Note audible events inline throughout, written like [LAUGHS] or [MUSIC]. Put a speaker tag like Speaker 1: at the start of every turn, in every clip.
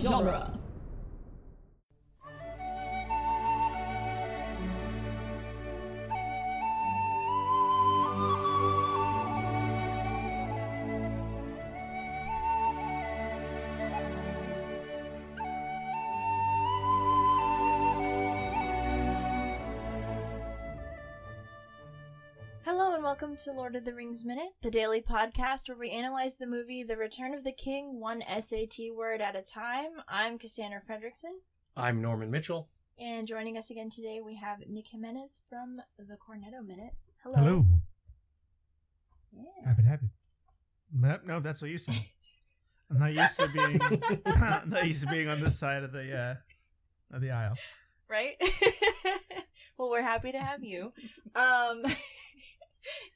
Speaker 1: genre.
Speaker 2: Hello and welcome to Lord of the Rings Minute, the daily podcast where we analyze the movie The Return of the King one SAT word at a time. I'm Cassandra Fredrickson,
Speaker 3: I'm Norman Mitchell.
Speaker 2: and joining us again today we have Nick Jimenez from the Cornetto Minute. Hello.
Speaker 4: Hello.
Speaker 2: Yeah.
Speaker 4: Happy to have you. No, no, that's what you said. I'm not used to being [LAUGHS] I'm not used to being on this side of the uh, of the aisle.
Speaker 2: Right? [LAUGHS] well, we're happy to have [LAUGHS] you. Um,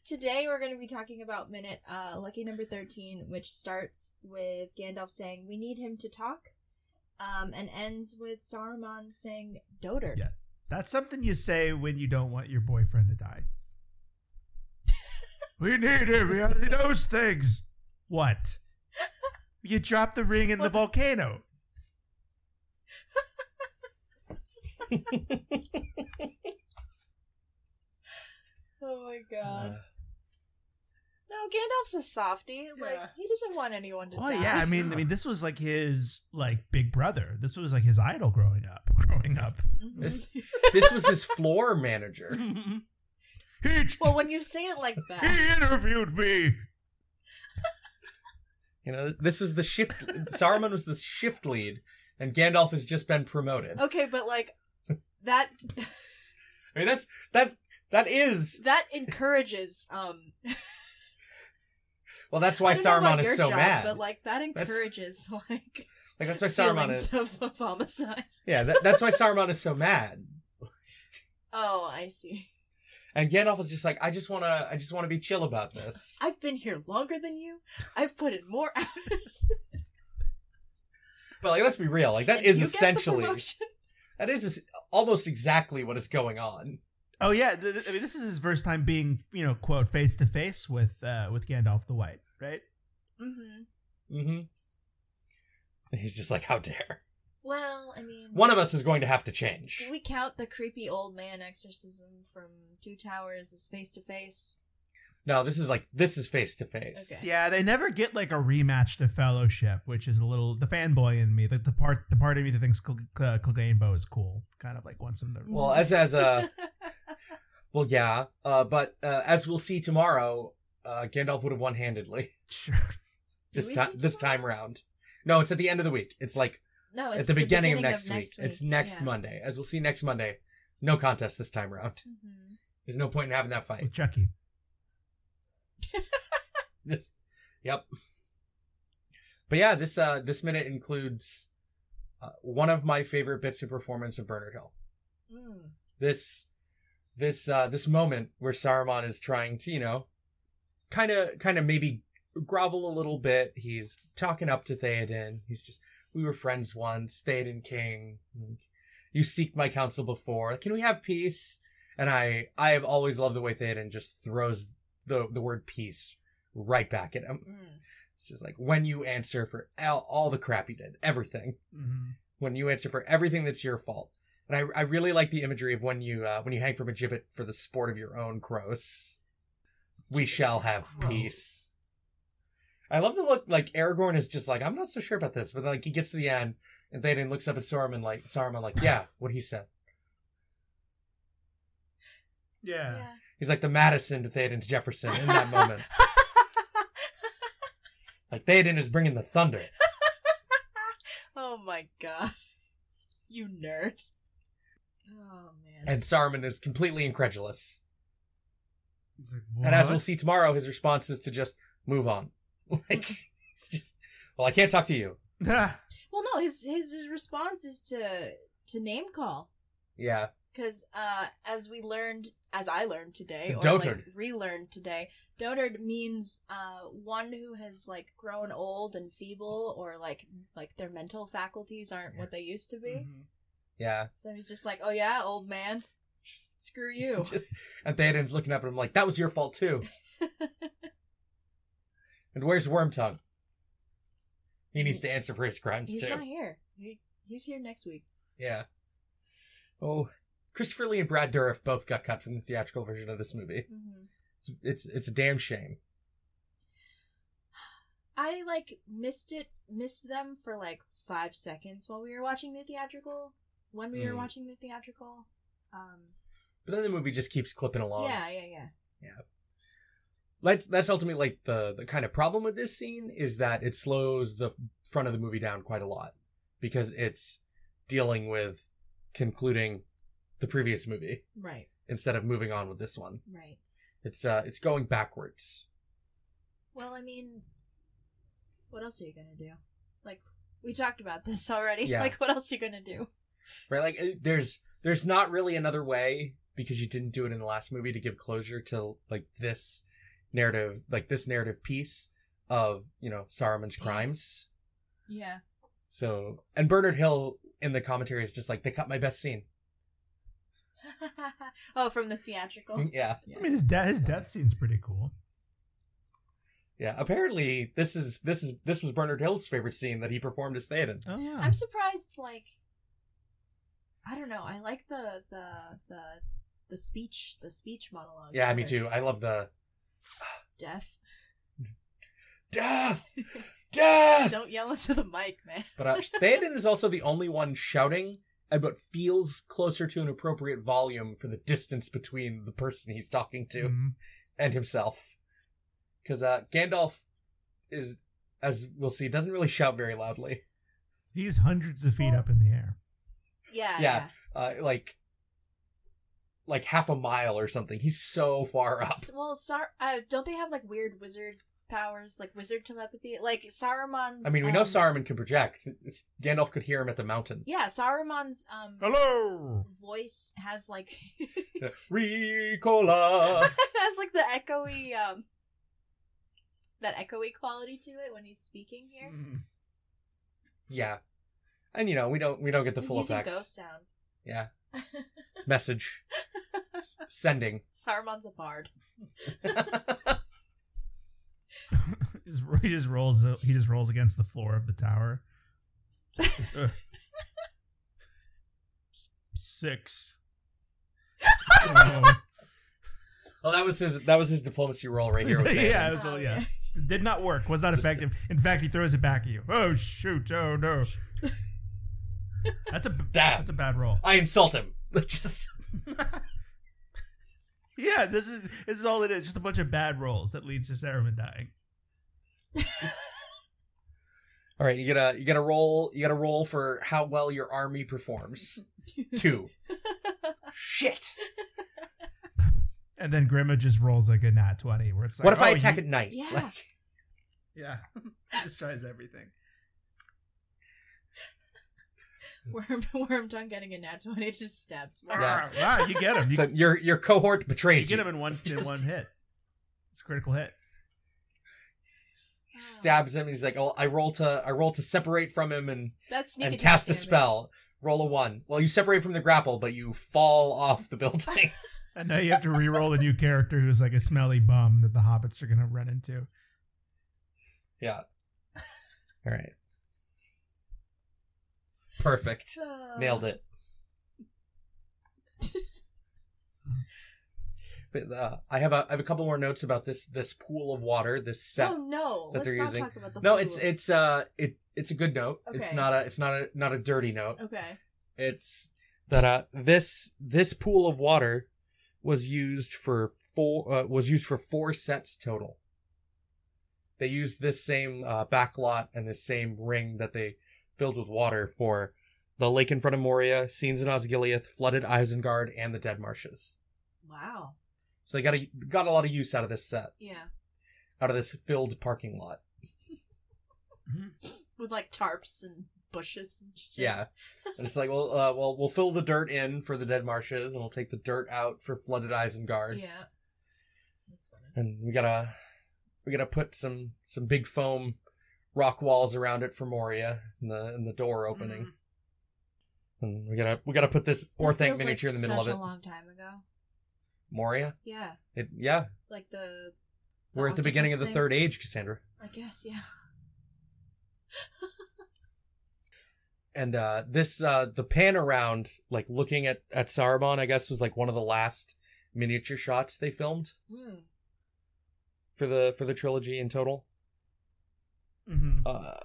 Speaker 2: today we're going to be talking about Minute uh, Lucky Number 13, which starts with Gandalf saying, We need him to talk. Um, and ends with Saruman saying, Doter.
Speaker 4: Yeah. That's something you say when you don't want your boyfriend to die. we need him. He already knows things. What? You dropped the ring in the
Speaker 2: What?
Speaker 4: volcano.
Speaker 2: Oh my god.
Speaker 3: Uh,
Speaker 2: no, Gandalf's a softy. Like
Speaker 4: Yeah.
Speaker 2: he doesn't want anyone to
Speaker 4: Oh
Speaker 2: die.
Speaker 4: yeah,
Speaker 2: [LAUGHS]
Speaker 4: I mean, I mean, this was like his like big brother. This was like his idol growing up. Growing up.
Speaker 2: Mhm. [LAUGHS]
Speaker 3: This- this was his floor manager.
Speaker 4: He
Speaker 2: well, when you say it like
Speaker 3: [LAUGHS]
Speaker 2: that,
Speaker 4: He interviewed me.
Speaker 3: You know, this was the shift. Saruman was the shift lead, and Gandalf has just been promoted.
Speaker 2: okay, but like that
Speaker 3: I mean, that's that. That is
Speaker 2: that encourages um
Speaker 3: well. That's
Speaker 2: I
Speaker 3: why
Speaker 2: don't know about
Speaker 3: Saruman
Speaker 2: your
Speaker 3: is so
Speaker 2: job,
Speaker 3: mad.
Speaker 2: but like that
Speaker 3: That's-
Speaker 2: encourages [LAUGHS] like
Speaker 3: like that's why Saruman
Speaker 2: feelings
Speaker 3: is.
Speaker 2: of, of homicide.
Speaker 3: Yeah, that, that's why Saruman is so mad.
Speaker 2: Oh, I see.
Speaker 3: And Gandalf is just like, I just wanna, I just wanna be chill about this.
Speaker 2: I've been here longer than you. I've put in more [LAUGHS] hours.
Speaker 3: But like, let's be real. Like that
Speaker 2: and
Speaker 3: is
Speaker 2: you get the
Speaker 3: essentially
Speaker 2: promotion. [LAUGHS]
Speaker 3: that is es- almost exactly what is going on.
Speaker 4: Oh yeah, th- th- I mean, this is his first time being, you know, quote face to face with uh, with Gandalf the White, right?
Speaker 2: Mhm.
Speaker 3: Mm-hmm. And Mm-hmm. he's just like, how dare
Speaker 2: Well, I mean,
Speaker 3: one of us is going to have to change.
Speaker 2: Do we count the creepy old man exorcism from Two Towers as face to face?
Speaker 3: No, this is like this is face to face.
Speaker 2: Okay.
Speaker 4: Yeah, they never get like a rematch to Fellowship, which is a little the fanboy in me, the, the part the part of me that thinks Cl- Cl- Clegane Bow is cool, kind of like once in the [LAUGHS]
Speaker 3: Well, as as
Speaker 2: [LAUGHS]
Speaker 3: uh, well, yeah. Uh, but uh, as we'll see tomorrow, uh, Gandalf would have won handedly
Speaker 4: sure.
Speaker 2: Do
Speaker 3: this
Speaker 2: we
Speaker 3: time.
Speaker 2: see
Speaker 3: This
Speaker 2: tomorrow?
Speaker 3: time round. No, it's at the end of the week. It's like
Speaker 2: No,
Speaker 3: at
Speaker 2: it's
Speaker 3: the, beginning, of next, week. It's next Monday. As we'll see next Monday, no contest this time round. [LAUGHS]
Speaker 2: hmm
Speaker 3: There's no point in having that
Speaker 4: [LAUGHS]
Speaker 3: fight.
Speaker 4: with Chucky.
Speaker 3: Just- yep. But yeah, this uh this minute includes uh, one of my favorite bits of performance of Bernard Hill.
Speaker 2: Mm.
Speaker 3: this this uh this moment where Saruman is trying to, you know, kind of kind of maybe grovel a little bit. He's talking up to Theoden. He's just we were friends once, Theoden king. You seek my counsel before. Can we have peace? And I I have always loved the way Theoden just throws the the word peace right back at him.
Speaker 2: Mm.
Speaker 3: It's just like when you answer for all, all the crap you did, everything
Speaker 4: hmm
Speaker 3: when you answer for everything that's your fault. And I, I really like the imagery of when you uh, when you hang from a gibbet for the sport of your own crows. We shall have
Speaker 2: Crows.
Speaker 3: peace. I love the look. Like Aragorn is just like I'm not so sure about this, but like he gets to the end and Théoden looks up at Saruman like Saruman like yeah, what he said.
Speaker 4: Yeah.
Speaker 2: Yeah.
Speaker 3: He's like the Madison to Théoden's Jefferson in that moment. Like Théoden is bringing the thunder.
Speaker 2: oh my god, [LAUGHS] you nerd! Oh man.
Speaker 3: And Saruman is completely incredulous.
Speaker 4: It's like,
Speaker 3: And as
Speaker 4: what? [LAUGHS]
Speaker 3: we'll see tomorrow, his response is to just move on. [LAUGHS] Like, it's just, well, I can't talk to you.
Speaker 4: Ah,
Speaker 2: well, no, his his his response is to to name call.
Speaker 3: Yeah.
Speaker 2: Because uh, as we learned, as I learned today, or like
Speaker 3: Dotard.
Speaker 2: relearned today, dotard means uh, one who has like grown old and feeble, or like like their mental faculties aren't what they used to be.
Speaker 4: mhm.
Speaker 3: Yeah.
Speaker 2: So he's just like, "Oh yeah, old man, screw you."
Speaker 3: [LAUGHS] Just, and Theoden's looking up at him like, that was your fault
Speaker 2: [LAUGHS]
Speaker 3: too. and where's Wormtongue? He needs to answer for his crimes
Speaker 2: he's
Speaker 3: too.
Speaker 2: not here. He, he's here next week.
Speaker 3: Yeah. Oh, Christopher Lee and Brad Dourif both got cut from the theatrical version of this movie.
Speaker 2: Mhm.
Speaker 3: It's it's, it's a damn shame.
Speaker 2: I like missed it, missed them for like five seconds while we were watching the theatrical. When we were
Speaker 3: Mm.
Speaker 2: watching the theatrical, um,
Speaker 3: But then the movie just keeps clipping along.
Speaker 2: yeah, yeah, yeah.
Speaker 3: That's that's ultimately like the the kind of problem with this scene is that it slows the front of the movie down quite a lot because it's dealing with concluding the previous movie
Speaker 2: Right,
Speaker 3: instead of moving on with this one.
Speaker 2: right.
Speaker 3: It's uh it's going backwards.
Speaker 2: Well, I mean, what else are you gonna do? Like we talked about this already.
Speaker 3: Yeah.
Speaker 2: [LAUGHS] Like what else are you gonna do?
Speaker 3: right like uh, there's there's not really another way because you didn't do it in the last movie to give closure to like this narrative like this narrative piece of you know saruman's crimes
Speaker 2: Yeah.
Speaker 3: so and bernard hill in the commentary is just like they cut my best scene
Speaker 2: [LAUGHS] oh, from the theatrical.
Speaker 3: [LAUGHS] yeah
Speaker 4: I mean, his death his death scene's pretty cool.
Speaker 3: yeah apparently this is this is this was bernard hill's favorite scene that he performed as theoden
Speaker 4: Oh yeah.
Speaker 2: I'm surprised. Like, I don't know. I like the the the the speech the speech monologue.
Speaker 3: yeah me
Speaker 2: better.
Speaker 3: too i love the
Speaker 2: Deaf.
Speaker 3: death death
Speaker 2: Don't yell into the mic, man.
Speaker 3: But uh, Theoden is also the only one shouting, and but feels closer to an appropriate volume for the distance between the person he's talking to
Speaker 4: Mhm.
Speaker 3: and himself. Because uh, Gandalf is, as we'll see, doesn't really shout very loudly.
Speaker 4: He's hundreds of feet up in the air.
Speaker 2: Yeah.
Speaker 3: Yeah. Uh, like, like half a mile or something. He's so far up.
Speaker 2: S- Well, Sar- uh, don't they have like weird wizard powers, like wizard telepathy? Like Saruman's.
Speaker 3: I mean, we know
Speaker 2: um,
Speaker 3: Saruman can project. It's- Gandalf could hear him at the mountain.
Speaker 2: [LAUGHS] Yeah, Saruman's um
Speaker 4: Oh. Hello.
Speaker 2: voice has like [LAUGHS]
Speaker 3: Ricola.
Speaker 2: has like the echoey um that echoey quality to it when he's speaking here.
Speaker 3: Mm,
Speaker 4: Mm-hmm.
Speaker 3: yeah, and you know we don't we don't get the
Speaker 2: he's
Speaker 3: full
Speaker 2: using
Speaker 3: effect.
Speaker 2: ghost sound.
Speaker 3: Yeah. It's
Speaker 2: [LAUGHS]
Speaker 3: message. Sending.
Speaker 2: Saruman's a bard.
Speaker 4: He just, [LAUGHS] he just rolls. He just rolls against the floor of the tower. Ugh.
Speaker 3: [LAUGHS]
Speaker 4: Six. Oh.
Speaker 3: Well, that was his. That was his diplomacy role right
Speaker 4: [LAUGHS]
Speaker 3: here. With
Speaker 4: yeah, it
Speaker 3: yeah.
Speaker 4: was, all- yeah. Did not work. Was not
Speaker 3: Just-
Speaker 4: effective. In fact, he throws it back at you. Oh shoot! Oh no. That's
Speaker 3: [LAUGHS]
Speaker 4: a that's a bad roll.
Speaker 3: I insult him. [LAUGHS] Just
Speaker 4: Yeah, this is this is all it is. Just a bunch of bad rolls that leads to Saruman dying.
Speaker 3: all right. You gotta. You gotta roll. You gotta roll for how well your army
Speaker 2: [LAUGHS]
Speaker 3: performs. Two. Shit.
Speaker 4: And then Grima just rolls like a nat twenty, where it's like,
Speaker 3: what if I
Speaker 4: oh,
Speaker 3: attack
Speaker 4: you-
Speaker 3: at night?
Speaker 2: Yeah.
Speaker 3: Like,
Speaker 4: Yeah, [LAUGHS] just tries everything.
Speaker 3: Mm.
Speaker 2: [LAUGHS] Worm Worm Tongue getting a nat twenty just stabs.
Speaker 3: [LAUGHS]
Speaker 2: me.
Speaker 3: Yeah.
Speaker 4: Ah, Wow, you get
Speaker 3: [LAUGHS]
Speaker 4: him. [LAUGHS] You,
Speaker 3: so your your cohort
Speaker 4: you
Speaker 3: betrays you.
Speaker 4: get him in one in one hit. It's a critical hit.
Speaker 3: He Stabs him. And he's like, "Oh, I roll to. I roll to separate from him and
Speaker 2: That's sneak
Speaker 3: and
Speaker 2: attack
Speaker 3: cast a
Speaker 2: damage.
Speaker 3: spell. Roll a one. Well, you separate from the grapple, but you fall off the
Speaker 2: [LAUGHS]
Speaker 3: building.
Speaker 4: And now you have to re-roll a new character who's like a smelly bum that the hobbits are gonna run into.
Speaker 3: Yeah. All right. Perfect.
Speaker 2: Uh,
Speaker 3: Nailed
Speaker 2: [LAUGHS]
Speaker 3: it. But, uh, I have a I have a couple more notes about this this pool of water this set.
Speaker 2: oh no!
Speaker 3: that
Speaker 2: Let's
Speaker 3: they're
Speaker 2: not
Speaker 3: using.
Speaker 2: talk about the.
Speaker 3: no,
Speaker 2: blue.
Speaker 3: it's it's uh it it's a good note. It's
Speaker 2: Okay.
Speaker 3: not a it's not a not a dirty note.
Speaker 2: okay.
Speaker 3: It's that uh this this pool of water was used for four uh, was used for four sets total. They used this same uh, back lot and this same ring that they filled with water for the lake in front of Moria, scenes in Osgiliath, flooded Isengard, and the Dead Marshes.
Speaker 2: Wow.
Speaker 3: So they got a got a lot of use out of this set,
Speaker 2: Yeah,
Speaker 3: out of this filled parking lot.
Speaker 4: Mm-hmm.
Speaker 2: with like tarps and bushes and shit.
Speaker 3: Yeah, and it's like, well, uh, well, we'll fill the dirt in for the Dead Marshes, and we'll take the dirt out for flooded Isengard.
Speaker 2: Yeah. That's funny.
Speaker 3: and we gotta we gotta put some some big foam rock walls around it for Moria and the and the door opening.
Speaker 2: Mm.
Speaker 3: And we gotta we gotta put this Orthanc
Speaker 2: feels like
Speaker 3: miniature in the middle of
Speaker 2: such
Speaker 3: it.
Speaker 2: a long time ago.
Speaker 3: Moria.
Speaker 2: Yeah,
Speaker 3: It, yeah,
Speaker 2: like the.
Speaker 3: we're at the
Speaker 2: octopus
Speaker 3: beginning of the
Speaker 2: thing.
Speaker 3: Third Age, Cassandra.
Speaker 2: I guess. Yeah.
Speaker 3: and uh this uh the pan around like looking at at Saruman I guess was like one of the last miniature shots they filmed
Speaker 2: Hmm.
Speaker 3: for the for the trilogy in total.
Speaker 4: hmm
Speaker 3: Uh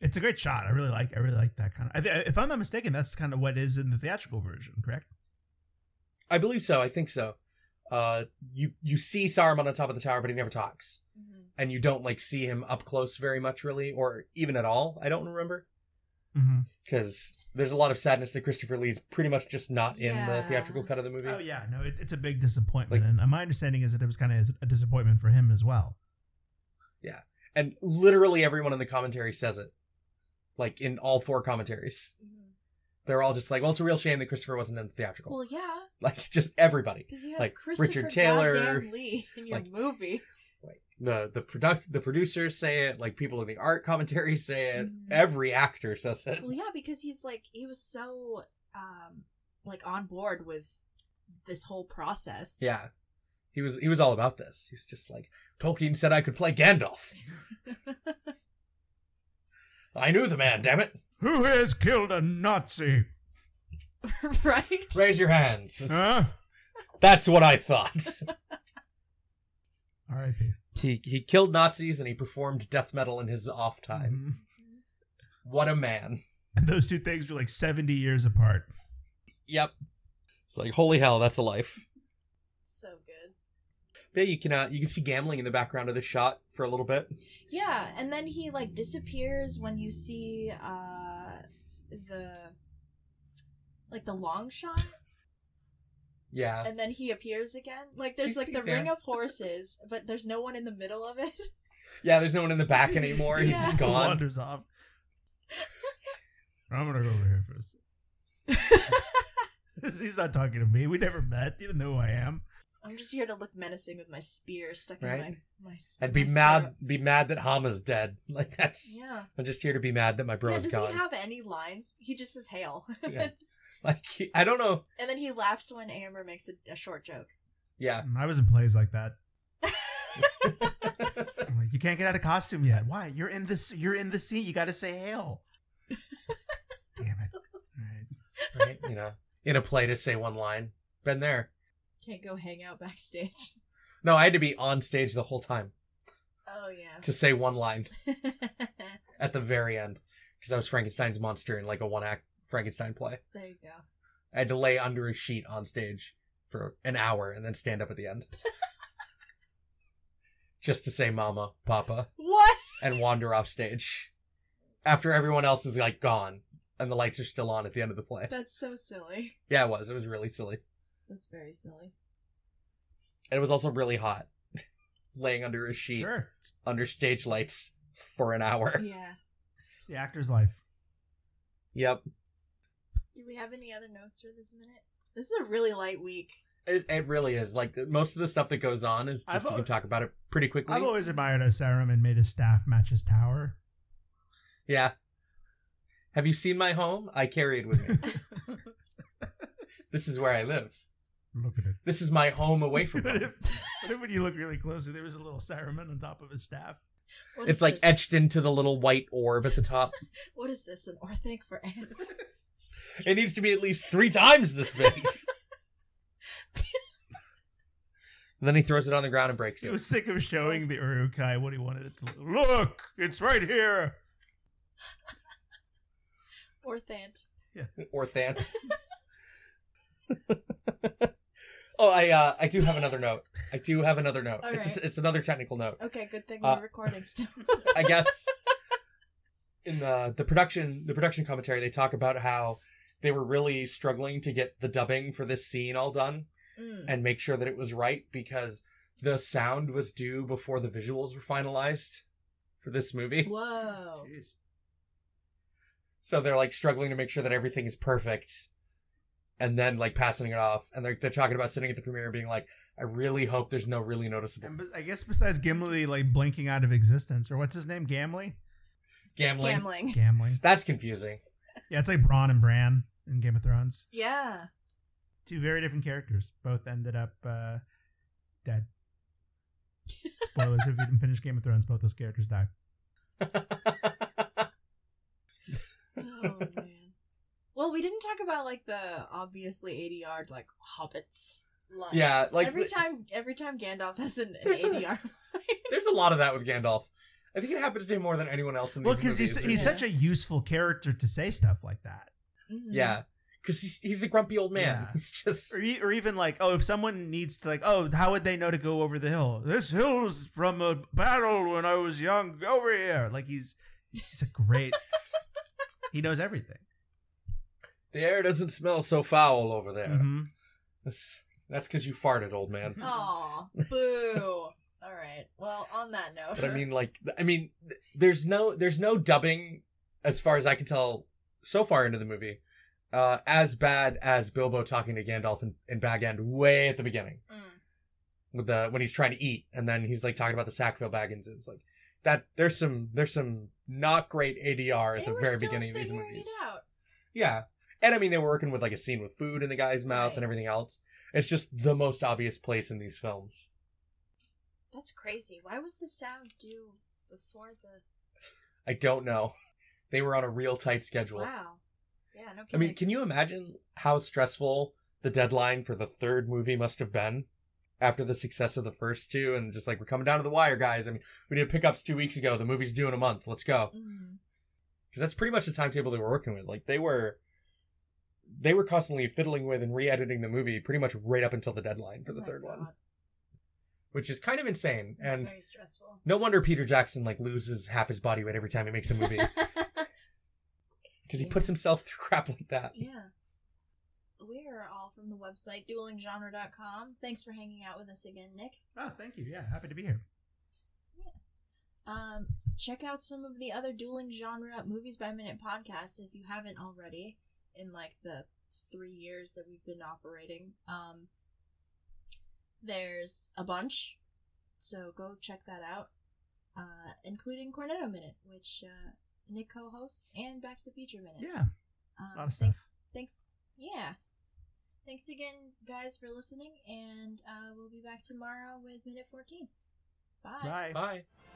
Speaker 4: It's a great shot. I really like. I really like that kind of. I th- if I'm not mistaken, that's kind of what is in the theatrical version, correct?
Speaker 3: I believe so, I think so. Uh you you see Saruman on top of the tower but he never talks.
Speaker 2: Mhm.
Speaker 3: And you don't like see him up close very much really or even at all. I don't remember
Speaker 4: Mm-hmm.
Speaker 3: cuz there's a lot of sadness that Christopher Lee's pretty much just not in the
Speaker 2: Yeah.
Speaker 3: theatrical cut of the movie.
Speaker 4: Oh yeah, no, it, it's a big disappointment,
Speaker 3: Like-
Speaker 4: and my understanding is that it was kind of a disappointment for him as well.
Speaker 3: and literally everyone in the commentary says it like in all four commentaries
Speaker 2: Mhm.
Speaker 3: they're all just like well it's a real shame that christopher wasn't in the theatrical
Speaker 2: Well, yeah,
Speaker 3: [LAUGHS] like just everybody
Speaker 2: because you have
Speaker 3: Like,
Speaker 2: Christopher
Speaker 3: Richard Taylor,
Speaker 2: goddamn
Speaker 3: [LAUGHS]
Speaker 2: Lee in your
Speaker 3: like-
Speaker 2: movie.
Speaker 3: like the the product the producers say it like people in the art commentary say it
Speaker 2: Mhm.
Speaker 3: every actor says it
Speaker 2: Well, yeah, because he's like he was so um like on board with this whole process.
Speaker 3: yeah he was he was all about this he was just like tolkien said i could play gandalf i knew the man damn it
Speaker 4: Who has killed a Nazi?
Speaker 2: [LAUGHS] right?
Speaker 3: raise your hands
Speaker 4: Huh?
Speaker 3: [LAUGHS] that's what i thought [LAUGHS]
Speaker 4: R.I.P.
Speaker 3: he, he killed nazis and he performed death metal in his off
Speaker 2: Mm-hmm.
Speaker 3: time
Speaker 4: Mhm.
Speaker 3: what a man
Speaker 4: [LAUGHS] And those two things were like 70 years apart.
Speaker 3: Yep. It's like holy hell, that's a life.
Speaker 2: So good.
Speaker 3: But yeah, you can uh, you can see gambling in the background of the shot for a little bit.
Speaker 2: Yeah, and then he like disappears when you see uh the like the long shot
Speaker 3: Yeah.
Speaker 2: and then he appears again. Like there's
Speaker 3: He's-
Speaker 2: like the
Speaker 3: he's there.
Speaker 2: ring of horses, but there's no one in the middle of it.
Speaker 3: [LAUGHS] Yeah, there's no one in the back anymore. He's
Speaker 2: Yeah.
Speaker 3: just
Speaker 2: [LAUGHS]
Speaker 3: gone.
Speaker 4: Wanders off. [LAUGHS] I'm gonna go over here first. [LAUGHS] He's not talking to me. We never met. You don't know who I am.
Speaker 2: I'm just here to look menacing with my spear stuck in
Speaker 3: Right.
Speaker 2: my my s-
Speaker 3: And be
Speaker 2: my
Speaker 3: mad
Speaker 2: stirrup.
Speaker 3: be mad that Hama's dead. [LAUGHS] Like that's
Speaker 2: Yeah.
Speaker 3: I'm just here to be mad that my
Speaker 2: Yeah,
Speaker 3: bro's
Speaker 2: does
Speaker 3: gone.
Speaker 2: he have any lines? He just says hail. [LAUGHS]
Speaker 3: [LAUGHS] Yeah. Like he- I don't know.
Speaker 2: And then he laughs when Amber makes a, a
Speaker 3: [LAUGHS]
Speaker 2: short joke.
Speaker 3: Yeah.
Speaker 4: I was in plays like that. I'm like, you can't get out of costume yet. Why? You're in this. You're in the scene. You got to say hail. Damn it! All right.
Speaker 3: right, you know. In a play to say one line. Been there.
Speaker 2: Can't go hang out backstage.
Speaker 3: No, I had to be on stage the whole time
Speaker 2: Oh yeah. [LAUGHS]
Speaker 3: to say one line at the very end because I was Frankenstein's monster in like a one act Frankenstein play.
Speaker 2: there you go.
Speaker 3: I had to lay under a sheet on stage for an hour and then stand up at the end. [LAUGHS] Just to say mama, papa,
Speaker 2: What?
Speaker 3: and wander off stage. After everyone else is like gone and the lights are still on at the end of the play.
Speaker 2: That's so silly.
Speaker 3: Yeah, it was. It was really silly.
Speaker 2: That's very silly.
Speaker 3: And it was also really hot. [LAUGHS] Laying under a sheet
Speaker 4: Sure.
Speaker 3: under stage lights for an
Speaker 4: [LAUGHS]
Speaker 3: hour.
Speaker 2: Yeah.
Speaker 4: The actor's life.
Speaker 3: Yep.
Speaker 2: Do we have any other notes for this minute? This is a really light week.
Speaker 3: It, it really is. Like most of the stuff that goes on is
Speaker 4: I've
Speaker 3: just you
Speaker 4: al-
Speaker 3: can talk about it pretty quickly.
Speaker 4: I've always admired how Saruman made his staff match his tower.
Speaker 3: Yeah. Have you seen my home? I carry it with me.
Speaker 4: [LAUGHS]
Speaker 3: [LAUGHS] this is where I live.
Speaker 4: Look at it.
Speaker 3: This is my home away from
Speaker 4: [LAUGHS] What if,
Speaker 3: home.
Speaker 4: what if when you look really closely, there was a little Saruman on top of his staff? [LAUGHS]
Speaker 2: What
Speaker 3: It's
Speaker 2: is
Speaker 3: like
Speaker 2: this?
Speaker 3: etched into the little white orb at the top.
Speaker 2: what is this? An orthic for
Speaker 3: [LAUGHS]
Speaker 2: ants?
Speaker 3: It needs to be at least three times this big.
Speaker 4: [LAUGHS]
Speaker 3: [LAUGHS] And then he throws it on the ground and breaks
Speaker 4: He
Speaker 3: it.
Speaker 4: was sick of showing the Urukai what he wanted it to look. Look, it's right here.
Speaker 2: Orthant.
Speaker 3: Or
Speaker 2: [LAUGHS]
Speaker 3: Thant. [LAUGHS] oh, I uh, I do have another note. I do have another note.
Speaker 2: All
Speaker 3: It's,
Speaker 2: right.
Speaker 3: it's it's another technical note.
Speaker 2: [LAUGHS] Okay, good thing
Speaker 3: Uh,
Speaker 2: we're
Speaker 3: [LAUGHS]
Speaker 2: recording still.
Speaker 3: I guess in uh, the the production the production commentary they talk about how they were really struggling to get the dubbing for this scene all done
Speaker 2: Mm.
Speaker 3: and make sure that it was right because the sound was due before the visuals were finalized for this movie.
Speaker 2: Whoa.
Speaker 4: Jeez.
Speaker 3: So they're like struggling to make sure that everything is perfect and then like passing it off and they're they're talking about sitting at the premiere and being like I really hope there's no really noticeable
Speaker 4: And bes- I guess besides Gimli like blinking out of existence, or what's his name? Gamli?
Speaker 3: gambling.
Speaker 2: Gambling.
Speaker 3: [LAUGHS]
Speaker 4: Gamli.
Speaker 3: That's confusing.
Speaker 4: Yeah, it's like Braun and Bran in Game of Thrones.
Speaker 2: Yeah.
Speaker 4: Two very different characters. Both ended up uh, dead. Spoilers if you didn't finish Game of Thrones, both those characters died.
Speaker 3: [LAUGHS]
Speaker 2: Oh man. we didn't talk about like the obviously 80 yard like hobbits line.
Speaker 3: Yeah, like
Speaker 2: every
Speaker 3: th-
Speaker 2: time every time Gandalf has an, an
Speaker 3: There's a-
Speaker 2: 80 yard
Speaker 3: there's a lot of that with Gandalf. I think it happens to him more than anyone else in
Speaker 4: Well,
Speaker 3: these
Speaker 4: because
Speaker 3: movies.
Speaker 4: he's he's
Speaker 2: Yeah.
Speaker 4: such a useful character to say stuff like that.
Speaker 2: Mhm.
Speaker 3: [LAUGHS] yeah, because he's he's the grumpy old man.
Speaker 4: Yeah.
Speaker 3: [LAUGHS] He's just
Speaker 4: or, e- or even like oh if someone needs to like oh how would they know to go over the hill this hill is from a battle when i was young Go over here like he's he's a [LAUGHS] great he knows everything
Speaker 3: the air doesn't smell so foul over there.
Speaker 4: Mhm.
Speaker 3: That's that's because you farted, old man.
Speaker 2: Mm-hmm. Aw, boo.
Speaker 3: [LAUGHS]
Speaker 2: All right. Well, on that note.
Speaker 3: But I mean, like, th- I mean, th- there's no there's no dubbing as far as I can tell so far into the movie uh, as bad as Bilbo talking to Gandalf in, in Bag End way at the beginning
Speaker 2: Mm.
Speaker 3: with the when he's trying to eat and then he's like talking about the Sackville Baggins. It's like that. There's some there's some not great ADR at
Speaker 2: They
Speaker 3: the
Speaker 2: were
Speaker 3: very
Speaker 2: still
Speaker 3: beginning of these
Speaker 2: figuring
Speaker 3: movies.
Speaker 2: It out.
Speaker 3: Yeah, and I mean they were working with like a scene with food in the guy's mouth
Speaker 2: Right.
Speaker 3: and everything else. It's just the most obvious place in these films.
Speaker 2: That's crazy. Why was the sound due before the.
Speaker 3: I don't know. [LAUGHS] They were on a real tight schedule.
Speaker 2: Wow. Yeah, no
Speaker 3: I
Speaker 2: kidding.
Speaker 3: mean, can you imagine how stressful the deadline for the third movie must have been after the success of the first two? And just like, we're coming down to the wire, guys. I mean, we did pickups two weeks ago. The movie's due in a month. Let's go.
Speaker 2: Mhm.
Speaker 3: Because that's pretty much the timetable they were working with. Like, they were. They were constantly fiddling with and re-editing the movie pretty much right up until the deadline for the
Speaker 2: Oh my
Speaker 3: third one,
Speaker 2: God,
Speaker 3: which is kind of insane.
Speaker 2: That's
Speaker 3: and
Speaker 2: very stressful.
Speaker 3: [LAUGHS] no wonder Peter Jackson like loses half his body weight every time he makes a
Speaker 2: [LAUGHS]
Speaker 3: movie because he puts himself through [LAUGHS] crap like that.
Speaker 2: yeah. We're all from the website duelinggenre.com. Thanks for hanging out with us again, Nick.
Speaker 4: oh thank you yeah happy to be here
Speaker 2: Um, check out some of the other dueling genre movies by minute podcasts if you haven't already in like the three years that we've been operating. Um, there's a bunch, so go check that out, uh, including Cornetto Minute, which uh, Nick co-hosts, and Back to the Future Minute.
Speaker 4: yeah
Speaker 2: Um,
Speaker 4: lot of stuff.
Speaker 2: thanks, thanks, yeah. Thanks again, guys, for listening, and uh, we'll be back tomorrow with Minute 14. Bye.
Speaker 4: bye
Speaker 3: Bye.